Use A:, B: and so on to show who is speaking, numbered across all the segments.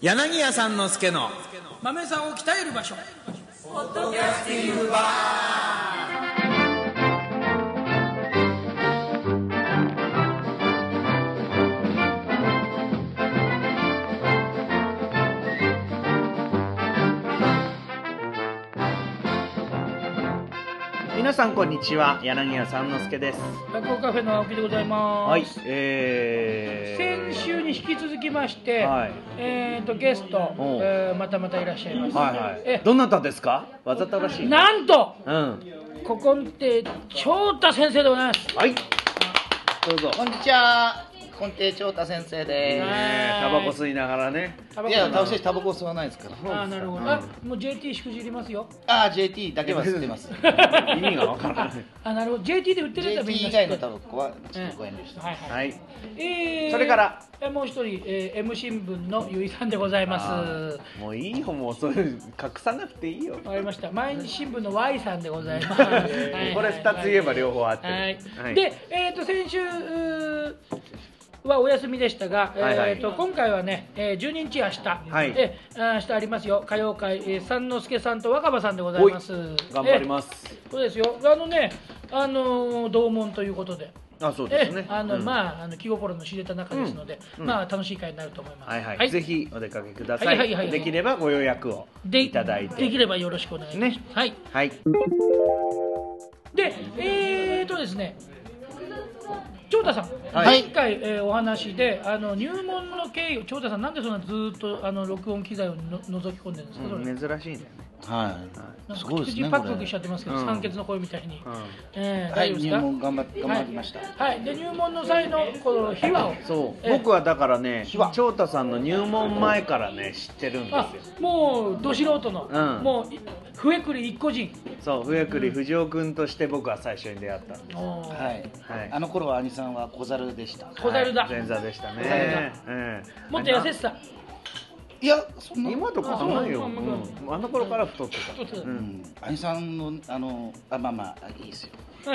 A: 柳家さんの助の
B: 豆さんを鍛える場所
C: 皆さんこんにちは柳家三之助です
B: 落語カフェの青木でございます、
C: はいえー、
B: 先週に引き続きまして、
C: はい
B: えー、とゲスト、
C: おう
B: えーまたまたいらっしゃいます、
C: はいはい
B: え
C: どなたですかわざとらしいね
B: なんと
C: うん
B: ここにて長太先生でございます
C: はいどうぞ
D: こんにちは、根底長太先生
C: いい
D: で
C: ねタバコ吸いながらね
D: す。いや、私タバコ吸わないですから。
B: あーなるほどあもう JT しくじりますよ
D: ああ、JT だけは吸ってます。
C: 意味がわからない
B: あなるほど JT で売ってるんだ
D: JT 以外のタバコはちょっとご遠慮して。
B: はいはい、
C: はい
B: えー
C: それから
B: えもう一人、えー、M 新聞のゆいさんでございます
C: あーもういいよもうそういう隠さなくていいよ
B: わかりました。毎日新聞の Y さんでございます。は い
C: これ二つ言えば両方合ってる
B: はい
C: はい
B: で、えっ、と先週うーはお休みでしたが、
C: はいはい
B: えっ、と今回はね、えー、12日明日、
C: はい
B: えー明日ありますよ。歌謡界、えー、三之助さんと若葉さんでございます。。
C: 頑張りますす
B: そうですよ。あのね、あのー同門ということで。
C: あそうですね
B: えーあの、
C: うん
B: まああの気心の知れた中ですので、
C: うん
B: まあ楽しい会になると思います。
C: はいはいぜひお出かけくださ
B: はいはいはいい
C: できればご予約を
B: で
C: いただい
B: でき
C: て
B: ればよろしくお願いします。
C: ね
B: はい。
C: はい
B: で、えーとですね、長太さん、
D: は
B: 前
D: い
B: 回、えーお話であの入門の経緯を、長太さん、なんでそんなずーっとあの録音機材をの覗き込んでるんですか、それ
C: 珍しいんだよね
D: はい。
B: なん
D: す
B: か
D: ごい
B: 口
D: ですね。
B: パク
D: こ
B: パクしちゃって
D: れ
B: ますけど、
C: うん
B: 酸欠の声みたいに、
C: う
B: えー
D: は
B: 大丈夫で
D: い、
B: す
D: 入
B: か、
D: 門頑張って頑張りました。
B: はいで入門の際のこの秘話を、
C: んそう
B: えー
C: 僕はだからね
D: は
C: 長太さんの入門前からね知ってるんですよ
B: あもうど素人の、
C: うん
B: もうい笛くり一個人、
C: そう上栗藤尾君として僕は最初に出会ったんで
B: おー
D: はい
C: はい。
D: あの頃は兄さんは小猿でした。
B: 小猿だ
C: はい前座でした
B: 小猿
C: ねええ
B: もっと痩せてた、
D: いや、そんな。
C: 今と変わらないよ
B: あそう
C: うんあの頃から太って
B: 太ってた
C: たう
D: うんん、兄さんのあのあまあまあいいですよ。
C: い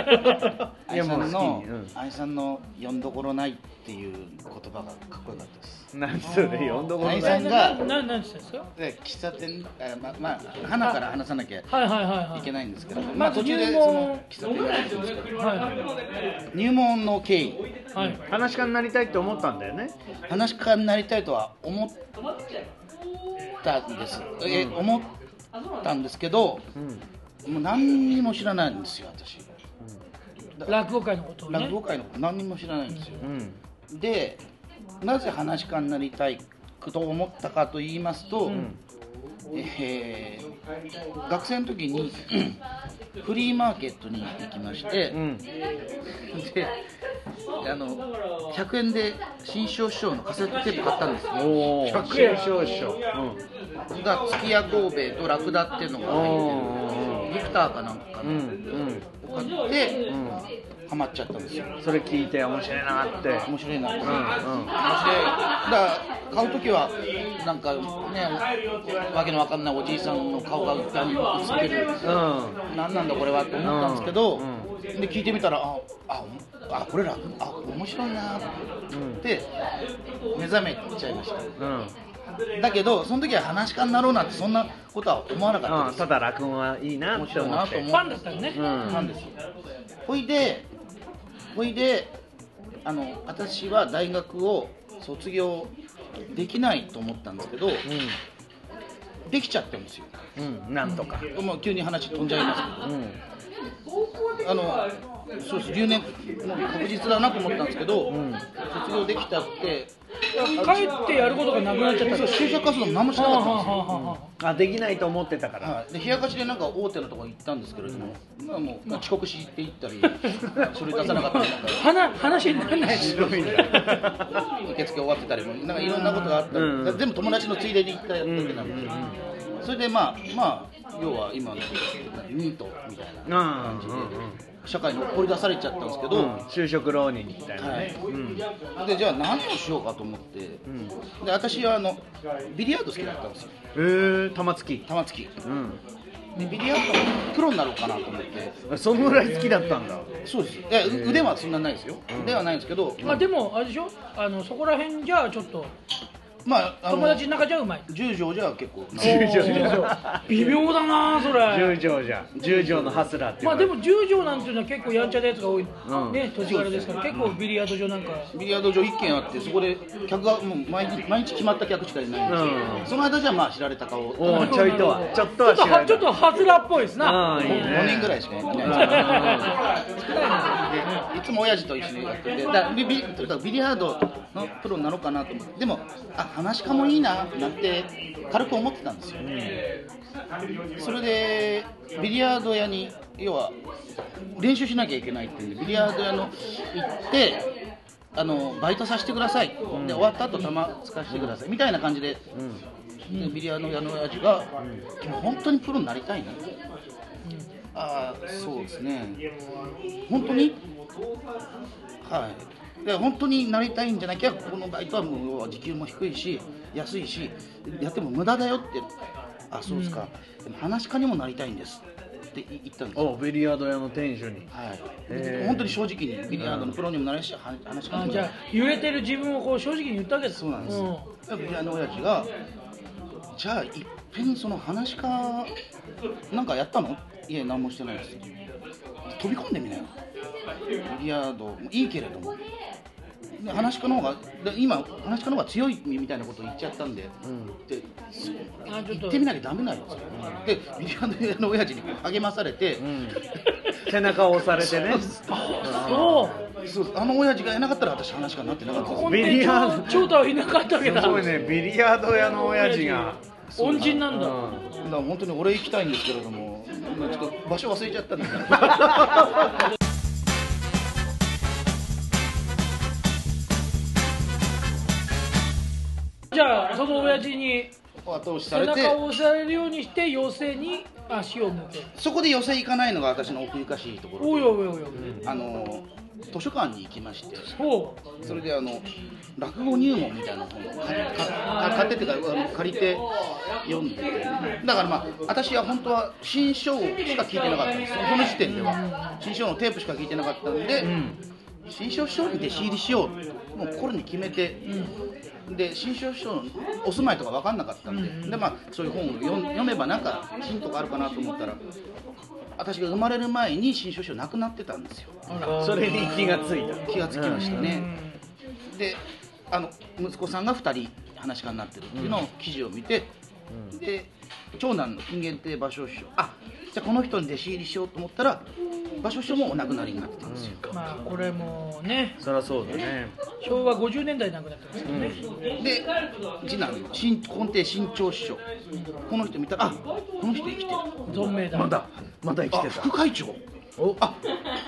D: 兄
C: や
D: さ
C: もうん好
D: の
C: きにうん
D: 兄さんの呼んどころないっていう言葉がかっこよかったです。
C: 何それ呼んどころ
D: 兄
C: な
D: さ
C: い
D: んが
B: なななんて言ったんですか、
D: で喫茶店あままあ花から話さなきゃい
B: はいはいはいはい、
D: けないんですけど、
B: ま
D: まあ
B: ず
D: 途
B: 入
D: 中でその
B: 門、
D: 喫茶店があるんですけど
B: は
D: 入門の経緯
B: いはい
C: 話し家になりたいって思ったんだよね
D: 話し家になりたいとは思ったんです、え思ったんですけど
C: うん
D: もう何にも知らないんですよ私
B: 落語界のことをね
D: 落語界のこと何にも知らないんですよ
C: うん
D: でなぜ話し家になりたいと思ったかと言いますと、えー学生の時に フリーマーケットに行きまして、
C: うん
D: であの100円で新潮師匠のカセットテープ買ったんですよ
C: おお
B: 百円
C: 少々
D: が月屋神戸とラクダっていうのが入ってるビクターかなんか
C: うんうん
D: を買って
C: うん
D: ハマっちゃったんですよ
C: うんそれ聞いて面白いなって
D: 面白いなと思って、
C: うんうん
D: そしてだから買う時はなんかねわけのわかんないおじいさんの顔が歌に映って
C: う
D: る
C: ん
D: 何なんだこれはって思ったんですけど、
C: うん
D: で聞いてみたらああおあこれらあ面白いなって目覚めちゃいました
C: うん
D: だけどその時は話し家になろうなんてそんなことは思わなか
C: う
D: っ
C: んた
D: たで
C: だ落語はいいなって
D: す面白い
C: 思
D: な
C: っ
D: と
C: て
D: 思
B: フ
D: う
B: ァンだったのね、
C: うん
D: なんですよほいでほいであの私は大学を卒業できないと思ったんですけどできちゃってるんですよ
C: うんうんなんとか
D: もう急に話飛んじゃいますけど
C: うん
D: あのそうです留年もう確実だなと思ったんですけど、卒業できたって
B: 帰ってやることがなくなっちゃったん
D: そう
B: です
D: 就職活動も何もしな
B: は
D: か
B: あは
D: った
B: あは
D: んですよ、
B: あは
C: あできないと思ってたから
D: はい、で冷やかしでなんか大手のところ行ったんですけれども、まあもう遅刻して行ったり書類出さなかったりな
B: あ
D: んか
B: 話話にならないです
C: 白いんだ
D: 受付終わってたりもなんかいろんなことがあったり、
C: うん
D: だから全部友達のついでに行ったやつだけなんですよ、それでまあまあ要は今のニートみたい
C: う
D: な
C: んうんうん
D: 社会に放り出されちゃったんですけど、
C: うん就職浪人みたいな
D: は
C: ね
D: い
C: うん
D: でじゃあ何をしようかと思って、
C: ん
D: で私はあのビリヤード好きだったんですよ
C: えー玉突き
D: 玉突きで
C: うん
D: ビリヤードのプロになろうかなと思って
C: そのぐらい好きだったんだ
D: そうですで腕はそんなないですよ、腕はないんですけど、
B: まあでもあれでしょあのそこら辺じゃあちょっと
D: まああの
B: 友達の中じゃうまい
D: 十条じゃ結構
C: 十条じ
B: ゃ微妙だなそ
C: 十
B: れ
C: 条じゃん十条のハスラーっていう
B: ま
C: か
B: あでも十条なんていうのは結構やんちゃなやつが多い、
C: ん
B: ね土地柄ですから結構ビリヤード場なんか
D: ビリヤード場1軒あってそこで客がもう毎日毎日決まった客しかいないんですけど
C: うん
D: その間じゃまあ知られた顔
C: おーちょいとはちょっとは
B: ちょ
C: 知ら
B: っと
C: ない
B: ちょっとハズラっぽいですな
C: あーいいね
D: 5人ぐらいしかいないでいつも親父と一緒にやっててだからビビとにかくビリヤードのプロになろうかなと思ってでもあ話し家もいいななんて軽く思ってたんですよ、それでビリヤード屋に要は練習しなきゃいけないっていうんでビリヤード屋の行ってあのバイトさせてください、で終わった後玉使わせてくださいみたいな感じで、でビリヤード屋の親父が、君本当にプロになりたいなってああそうですね本当にはいで本当になりたいんじゃなきゃこのバイトはもう時給も低いし安いしやっても無駄だよってあそうですか、でも話し家にもなりたいんですって言ったんですよ
C: おビリヤード屋の店主に
D: は
C: へ
D: い、
C: え
D: 本当に正直にビリヤードのプロにもなれるし、は話し家
B: あー
D: にもなれ
B: じ
D: る
B: ゃあ揺れてる自分をこう正直に言ったわけです
D: そうなんです、
B: う
D: ビリヤードの親父がじゃあいっぺんその話し家なんかやったのいや何もしてないです飛び込んでみなよビリヤードいいけれどもで話し家の方がで今話し家の方が強いみたいなこと言っちゃったんで、でそう
B: あちょっと
D: 行ってみなきゃダメなよでビリヤードの親父に励まされて、
C: 背中を押されてね
B: そう
D: そうあの親父がいなかったら私話し家になってなかったです
B: ここ
C: ビ
B: で
C: リヤード
B: 長太はいなかったわけだ
C: すごいねビリヤード屋の親父が
B: 恩人なんだ、
C: うん
D: だから本当に俺行きたいんですけれども、まあちょっと場所忘れちゃったんですけど
B: じゃあその親父に
D: 後押しさ
B: 背
D: れて
B: 中を押されるようにして寄せに足を向ける
D: そこで寄せ行かないのが私の奥ゆかしいところ
B: おいおいおいおい、
D: あの図書館に行きまして
B: ほ
D: それであの落語入門みたいな本を買っか買ってっていうかあの借りて読んでてだからまあ私は本当は新章しか聞いてなかったんですよその時点では新章のテープしか聞いてなかったんで、新章師匠に弟子入りしようもうこれに決めて、で新章師匠のお住まいとか分かんなかったんで,、でまあ、そういう本を読ん読めばなんかヒントがあるかなと思ったら私が生まれる前に新章師匠亡くなってたんですよ
B: うあら
C: それに気がついた
D: 気がつきましたね、
B: うん
D: であの息子さんが2人話し家になってるっていうのを記事を見て、で長男の金源亭芭蕉師匠あじゃあこの人に弟子入りしようと思ったら芭蕉師匠もお亡くなりになってたんですよ、
B: まあこれもね
C: そりゃそうだね
B: 昭和50年代亡くなってますからね、
D: で次男の新根底新潮師匠この人見たらあこの人生きてる
B: 存命だ
C: まだまだ生き
D: あ
C: て
D: 副会長
C: お
D: あ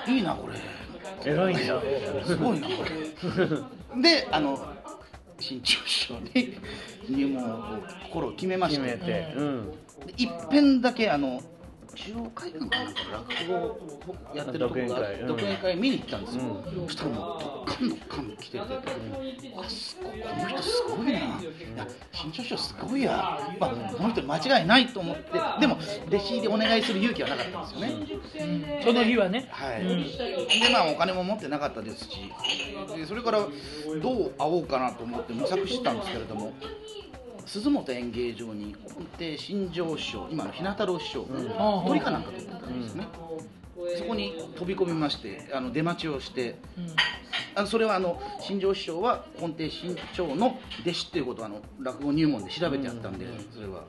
D: いいなこれ
C: た偉いんだ
D: すごいなこ れであの新潮師匠に入門を心を決めまし
C: 決
D: た
C: めてうん
D: で一遍だけあの中央会館かなんか落語をやってるとこがあっ
C: 独演
D: て
C: 会うん
D: 独演会見に行ったんですよ、そしたらもうドッカンドッカン来てて、あすごいこの人すごいないや新潮師匠すごいや、まあ、この人間違いないと思ってでも弟子入りお願いする勇気はなかったんですよね、
B: その日はね
D: はい、でまあお金も持ってなかったですしでそれからどう会おうかなと思って模索してたんですけれども鈴本演芸場にで新庄師匠今の日向郎師匠、
B: ん
D: 鳥かなんかと思ったんですね、そこに飛び込みましてあの出待ちをしてあのそれはあの新庄師匠は根底新庄の弟子っていうことをあの落語入門で調べてあったんで、それは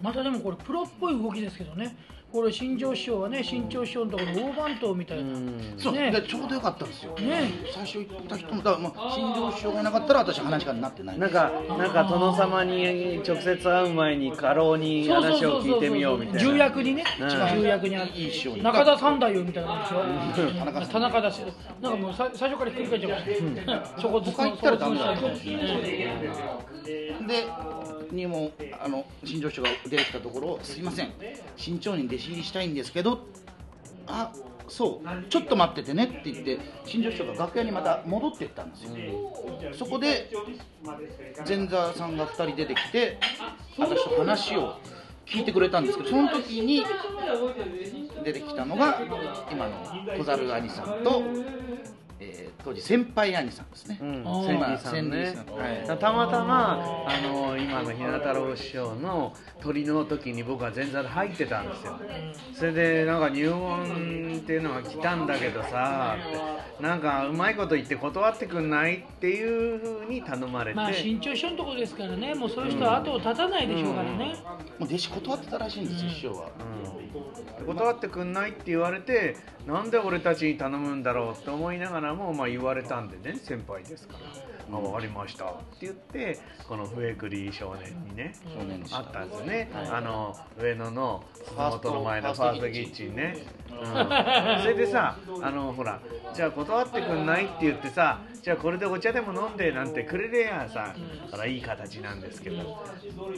B: またでもこれプロっぽい動きですけどねこれ新庄師匠はね新庄師匠のところの大番頭みたいな、
D: そう、
B: ね
D: でちょうどよかったんですよ、
B: ね
D: 最初行った人もだからまあ新庄師匠がいなかったら私話がなってない
C: なんかなんか殿様に直接会う前に家老に話を聞いてみようみたいな
B: 重役にね、
C: うん
B: 重役にあ
D: いい師匠に
B: 中田三太夫みたいなもんでしょ、
D: 田中さ
B: 田
D: ん
B: 中だしなんかもうさ最初からひっくり返っちゃう、そこずっ
D: 他行ったらダメなのかもしれない
B: ね
D: で入門あの新庄師匠が出てきたところを「すいません新庄に弟子入りしたいんですけどあそうちょっと待っててね」って言って新庄師匠が楽屋にまた戻ってったんですよ、そこで前座さんが2人出てきて私と話を聞いてくれたんですけどその時に出てきたのが今の小猿兄さんとえー当時先輩兄さんですね、
C: うん
B: あー
C: 千里さんね
D: 千里さんはい
C: たまたまあの今の日向太郎師匠の鳥の時に僕は前座で入ってたんですよそれでなんか入門っていうのが来たんだけどさってなんかうまいこと言って断ってくんないっていうふうに頼まれて、
B: まあ新潮師匠のところですからねもうそういう人は後を絶たないでしょうからね、
D: もう弟子断ってたらしいんですよ、師匠は。
C: うん断ってくんないって言われてなんで俺たちに頼むんだろうって思いながらも、まあ、言われたんでね先輩ですから「あ分かりました」って言ってこの笛栗少年にね
D: 少年でし
C: あ
D: た
C: ったんですよね、あの上野の鈴本の前のファーストキッチンね、うん、それでさあのほらじゃあ断ってくんないって言ってさじゃあこれでお茶でも飲んでなんてくれりゃさあらいい形なんですけど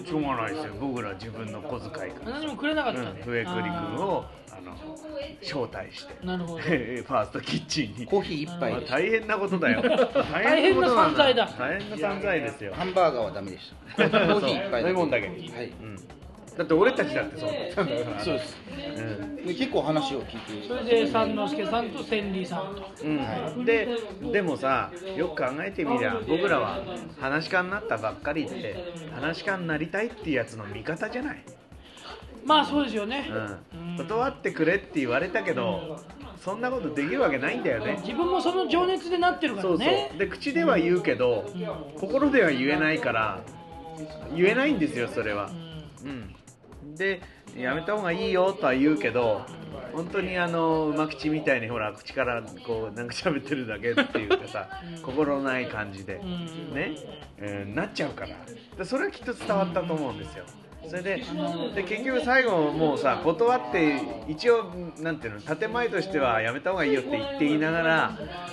C: しょうがないですよ僕ら自分の小遣いから
B: 何もくれなかった
C: うんん
B: で、
C: 笛栗君をあの招待して
B: なるほど
C: ファーストキッチンに、
D: コーヒー一
C: まあ
D: 杯で、
C: 大変なことだよ
B: 大変な散財だ
C: 大変な散財ですよ
D: ハンバーガーはダメでした。
C: そう
D: コーヒー一杯
C: 飲み物だけ、
D: は
C: う
D: い。
C: ん、だって俺たちだってそうだったんだから
D: そうです。
C: うん
D: で結構話を聞いて。
B: それで三之助さんと千里さんと
C: うん、ででもさよく考えてみりゃ僕らは話し家になったばっかりって話し家になりたいっていうやつの味方じゃない、
B: まあそうですよね、
C: うん、断ってくれって言われたけどそんなことできるわけないんだよね
B: 自分もその情熱でなってるから
C: そうそう
B: ね
C: で口では言うけど心では言えないから言えないんですよそれは、うん、でやめた方がいいよとは言うけど本当にあの馬口みたいにほら口からこうなんか喋ってるだけっていうかさ心ない感じでね、うん、なっちゃうからでそれはきっと伝わったと思うんですよそれでで結局最後もうさ断って一応なんていうの建前としてはやめた方がいいよって言って言いながら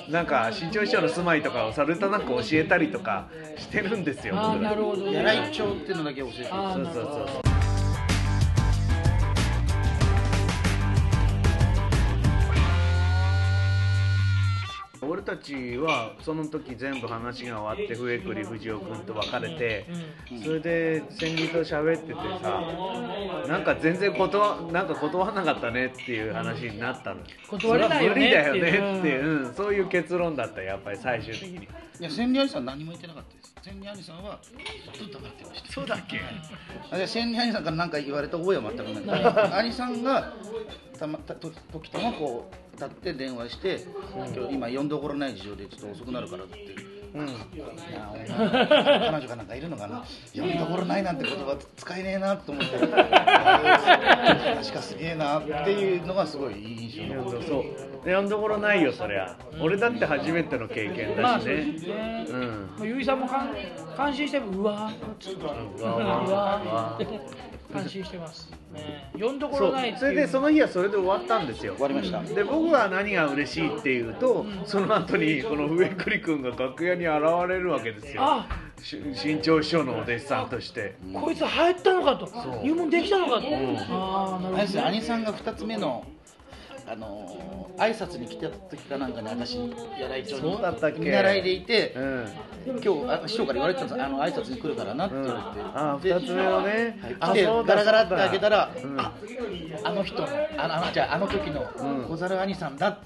C: なんか新潮師匠の住まいとかをさるたなく教えたりとかしてるんですよ
B: ああ
C: 僕ら
B: なるほど
D: やらい
B: ね
D: 町っていうのだけ教えて。
B: ああ
C: そう
B: な
C: そう
B: るほど
C: そうそう俺たちはその時全部話が終わって笛栗藤尾君と別れて、それで千里と喋っててさなんか全然断なんか断らなかったねっていう話になったの
B: 断れないよね
C: そは無理だよねっ
B: ってて
C: い、
B: いう
C: うんそういう結論だったやっぱり最終的に
D: いや、千里兄さん何も言ってなかったです。千里兄さんはずっと黙ってました。
C: そうだっけ
D: あで千里兄さんから何か言われた覚えは全くない兄さんがたまたと時たまこう立って電話して、今日今呼んどころない事情でちょっと遅くなるからっていや俺が彼女かなんかいるのかな呼んどころないなんて言葉使えねえなと 思って確かすげえなっていうのがすごい印象
C: い
D: に
C: や
D: 残って
C: そうやんどころないよそりゃ、俺だって初めての経験
B: ま
C: だ
B: あ
C: し
B: そうです
C: ね、
B: ね、
C: うん
B: まあ、ゆいさんも感感心してうわーって言ってました
C: うわー
B: う
C: うわ
B: わーって感心してます、ね、呼んどこ
C: そ
B: ろ
C: う
B: ないっていう
C: それでその日はそれで終わったんですよ
D: 終わりました
C: で僕は何が嬉しいっていうとその後にこの上栗君が楽屋に現れるわけですよ
B: あ
C: し新潮師匠のお弟子さんとして
B: こいつ入ったのかと
C: う
B: 入門できたのかと、
C: ん
B: ああなる
D: あれです
B: ほど、
D: ね兄
B: ね、
D: さんが2つ目の、あのー挨拶に来た時かなんかに私やらい町に
C: そうだったっけ
D: 見習いでいて、
C: うん
D: 今日あ師匠から言われてたんですあの挨拶に来るからなって言われて、
C: あ
D: で
C: 二つ目のね
D: はい
C: あ
D: 来て
C: そうだ
D: ガラガラって開けたら、
C: うん
D: ああの人のあのあのじゃああの時の小猿兄さんだっ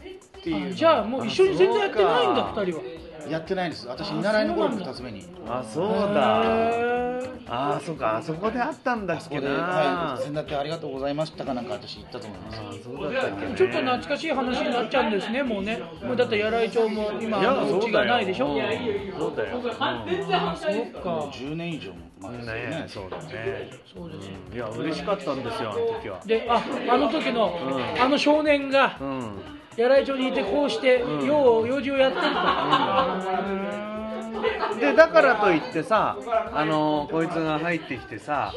D: ていう、
B: じゃあもう一緒に全然やってないん
C: あ
B: だ
C: そうか
B: 2人は
D: やってないんです私見習いの頃の2つ目に
C: あそうだああそうかあそこであったんだっ
D: そ
C: け
D: こで「
C: な
D: はい先だってありがとうございました」かなんか私言ったと思います
C: あそうだったっけね
B: ちょっと懐かしい話になっちゃうんですね、もうね。もうだって、やらい町も今、
C: いや
B: お
C: そ
B: 家
C: うだ
B: が
C: よ
B: ないでしょ。
C: そうだよ、
B: あそうか。
D: 10年以上も前ですよね
C: ねそうだね、
B: そうですよ。
C: いや嬉しかったんですよあの時は
B: で、あ、あの時の、あの少年が
C: う、ん
B: やらい町にいて、こうして、用を、用事をやってる
C: でだからといってさあのこいつが入ってきてさ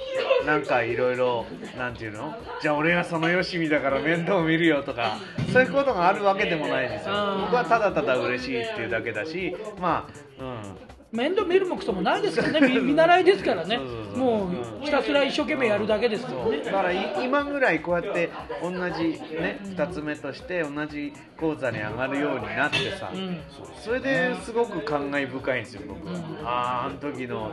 C: なんかいろいろなんていうのじゃあ俺がそのよしみだから面倒見るよとかそういうことがあるわけでもないですよ
B: うん
C: 僕はただただ嬉しいっていうだけだしまあ
B: と。面倒見るもくそもないですから ね、見見習いですからね
C: そうそう。そう
B: もう、ひたすら一生懸命やるだけですから
C: うん
B: ね。
C: だからい今ぐらいこうやって同じね2つ目として同じ講座に上がるようになってさ、
B: うん。
C: それですごく感慨深いんですよ僕はあああの時の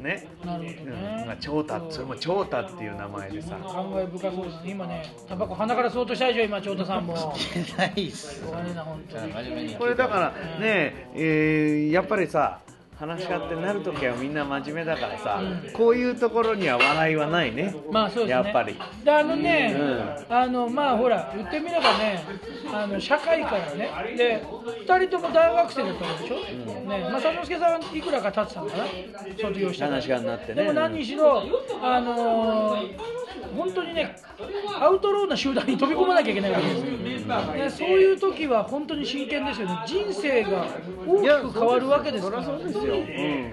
C: ね、
B: なるほ
C: う
B: ど
C: ん
B: ね、
C: まあ、長太それも長太っていう名前でさ
B: 感慨深そうですね今ねタバコ鼻から吸おうとしたでしょ今長太さんも
D: ないっす
B: お金な本当に
D: 真面目に
C: これだからねええーやっぱりさ話し家ってなるときはみんな真面目だからさ、こういうところには笑いはないね
B: まあそうですね
C: やっぱり
B: であのね、
C: う
B: あのまあほら言ってみればねあの社会からねで2人とも大学生だったわけでしょ、ねまあ、佐之助さんいくらか経ってたのかな卒業したの
C: 話し家になってね
B: でも何にしろ、あのー本当にねアウトローな集団に飛び込まなきゃいけないわけですよ、ねそういう時は本当に真剣ですよね人生が大きく変わるわけですから
C: そうですよ、うん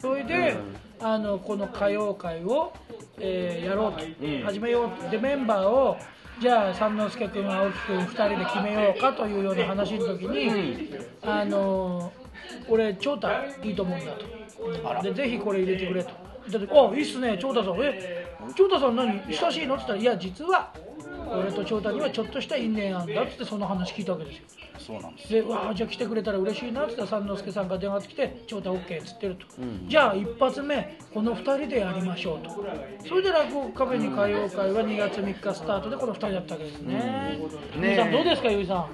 B: それで、あのこの歌謡会を、えーやろうと、始めようとでメンバーをじゃあ三之助君青木君2人で決めようかというような話の時に、あのー俺長太いいと思うんだとでぜひこれ入れてくれと。だってあいいっすね、長太さん、え長太さん、何、親しいのって言ったら、いや、実は俺と長太にはちょっとした因縁あんだっつって、その話聞いたわけですよ。
D: そうなんです
B: でわあじゃあ来てくれたら嬉しいなって言ったら三之助さんが電話が来て「長太 OK」っつってると、じゃあ一発目この2人でやりましょうとそれで落語カフェに歌謡会は2月3日スタートでこの2人だったわけですね,、
C: うん
B: ゆいさ
C: ね
B: ん
C: え
B: どうですかゆいさん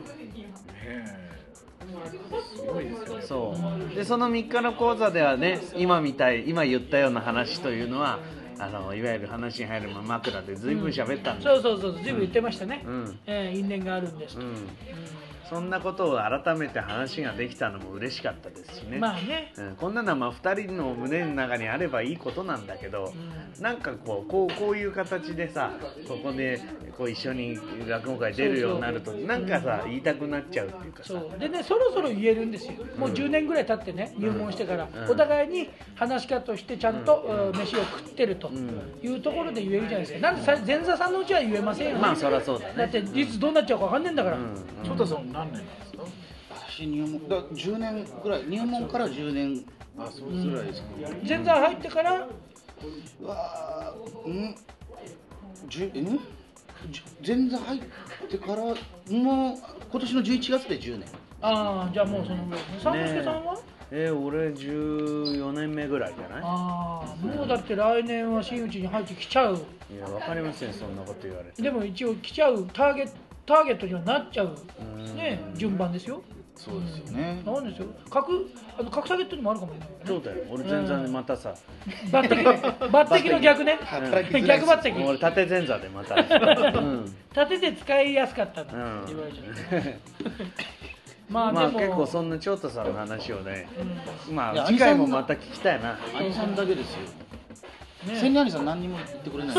C: そうでその3日の講座ではね今みたい今言ったような話というのはあのいわゆる話に入るまま枕で随分喋ったんだ、
B: そうそうそう随分言ってましたね、
C: うん
B: えー因縁があるんです
C: う
B: と、
C: んそんなことを改めて話ができたのも嬉しかったですしね、
B: まあね
C: うん、こんなのはまあ2人の胸の中にあればいいことなんだけど、なんかこうこうこういう形でさここでこう一緒に落語会出るようになるとなんかさ言いたくなっちゃうっていうかさ
B: そうでねそろそろ言えるんですよ、もう10年ぐらい経ってね、入門してから、
C: うん
B: お互いに話し家としてちゃんと、うん飯を食ってるというところで言えるじゃないですか、なんでさ前座さんのうちは言えませんよね、
C: まあそりゃそうだね
B: だっていつどうなっちゃうか分かんないんだから、
A: 翔太さん何年なんですか
D: 私入門だから10年ぐらい入門から10年
A: あそうぐらいですか、
B: 前座入ってから、
D: うわーうんじゅんじゅ前座入ってからもう今年の11月で10年
B: ああ、じゃあもうそのぐらい、三之助さんは、
C: えー俺14年目ぐらいじゃない
B: ああ、もうだって来年は真打ちに入ってきちゃう、
C: いや、わかりません、そんなこと言われて。
B: でも一応来ちゃう、ターゲットターゲットにはなっちゃう、ね、順番ですよ。
D: そうですよね
B: なんですよ格あの格下げっていうのもあるかもね
C: そうだよ、俺前座でまたさ、
B: 抜擢ね抜擢の逆ね
D: 働きづら い
B: 逆抜
C: 俺
B: 擢
C: 縦前座で また。うん、
B: 立てて使いやすかったって
C: うん
B: 言われちゃう まあ
C: まあ、
B: でも
C: 結構そんな長太さんの話をね、
D: い
C: まあ、
D: や
C: 次回もまた聞きたいな。
D: 兄さんだけですよ
B: ね
D: 千里兄さん何にも言ってくれない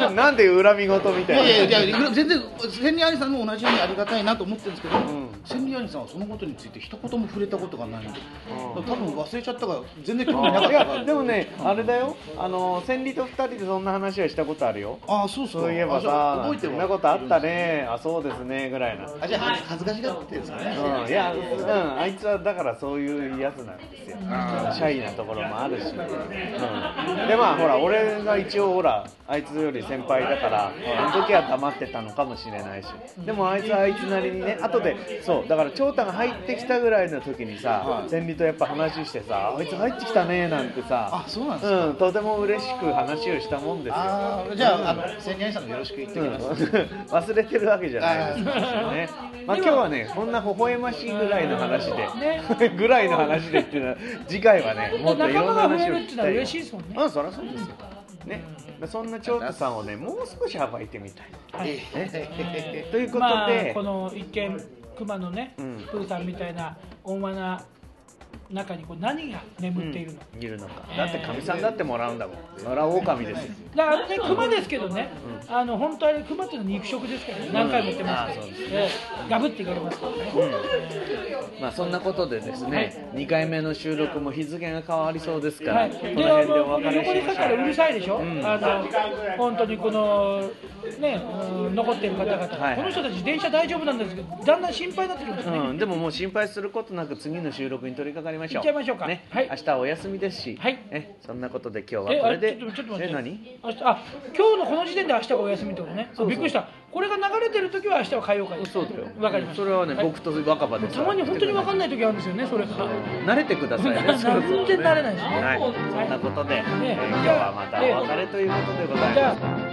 C: ななんで恨み事み
D: い
C: た
D: や
C: い
D: い
C: な。
D: やいや全然千里兄さんも同じようにありがたいなと思ってるんですけど、
C: ん
D: 千里兄さんはそのことについて一言も触れたことがないので、多分忘れちゃったから全然興味なかっ
C: い
D: たから
C: や、でもね、あれだよ、あの、千里と二人でそんな話はしたことあるよ。
D: ああそうそう
C: そういえば
D: あじゃあ
C: さ、
D: 覚えて
C: そ
D: る
C: んなことあったね、あ、そうですね、ぐらいな。
D: あじゃあ恥ずかしがってるんですかね、
C: うん、いや、うん、あいつはだからそういうやつなんですよ。シャイなところもあるし。うん、で、まあ、ほら、俺が一応、ほら、あいつより先輩だから、あの時は黙ってたのかもしれないし。でも、あいつはあいつなりにね、後で、そう、だから、長太が入ってきたぐらいの時にさ、千里とやっぱ話してさ、あいつ入ってきたね、なんてさ
D: あ。そうなんですか、
C: うん、とても嬉しく話をしたもんですよ。
D: ああじゃああの千里兄さんもよろしく言って
C: う
D: おき
C: ん
D: ます、
C: 忘れてるわけじゃないですからね。まあ今日はね、こんな微笑ましいぐらいの話で、 ぐらいの話でっていうのは、次回はね、もっといろんな話を聞き
B: 仲間が増えるっての
C: た
B: はい
C: よ。
B: 嬉しいですもんね
C: うん、そりゃそうですよ。ね、そんな長太さんをね、もう少し暴いてみたい。ねということ
B: まあ
C: で
B: こ、の一見熊のねプ
C: うん
B: ーさんみたいな温和な中にこう何が眠っているの
C: いるのか。だって、かみさんだってもらうんだもん。そりゃ狼ですよ。
B: だからね熊ですけどねあの本当は熊っていうのは肉食ですからね何回も言ってますけど
C: あーそう
B: ええガブっていかれますからね
C: まあそんなことでですね、2回目の収録も日付が変わりそうですか
B: は
C: ら、
B: い、
C: この
B: で
C: 辺
B: あ
C: でお
B: の
C: 別れ
B: 横
C: し
B: に
C: まし
B: さっきから
C: ょ
B: う
C: う
B: る。さいでしょ、
C: ん
B: あの本当にこの、ねうん残ってる方々、
C: はい
B: この人たち、電車大丈夫なんですけど、だんだん心配になってくるんですね。
C: うん、でももう心配することなく次の収録に取り掛かりましょう
B: 行っちゃいましょうか
C: ね
B: はい
C: 明日はお休みですし、
B: はい
C: ね、そんなことで今日
B: え
C: はこ
B: あ
C: れで
B: ちょっとちょっと待っ
C: え
B: て
C: 何
B: 明日あ今日のこの時点で明日がお休みってことね
C: そうそう
B: あびっくりしたこれが流れてる時は明日は火曜会
C: そうだよ
B: わかりました
C: それはね、
B: い
C: 僕と若葉で
B: たまに本当にわかん
C: い
B: ない時あるんですよねそれが
C: 慣れてくださいね
B: な全然慣れないです
C: はい、そんなことで、えー今日はまたお別れということでございます
B: じゃあ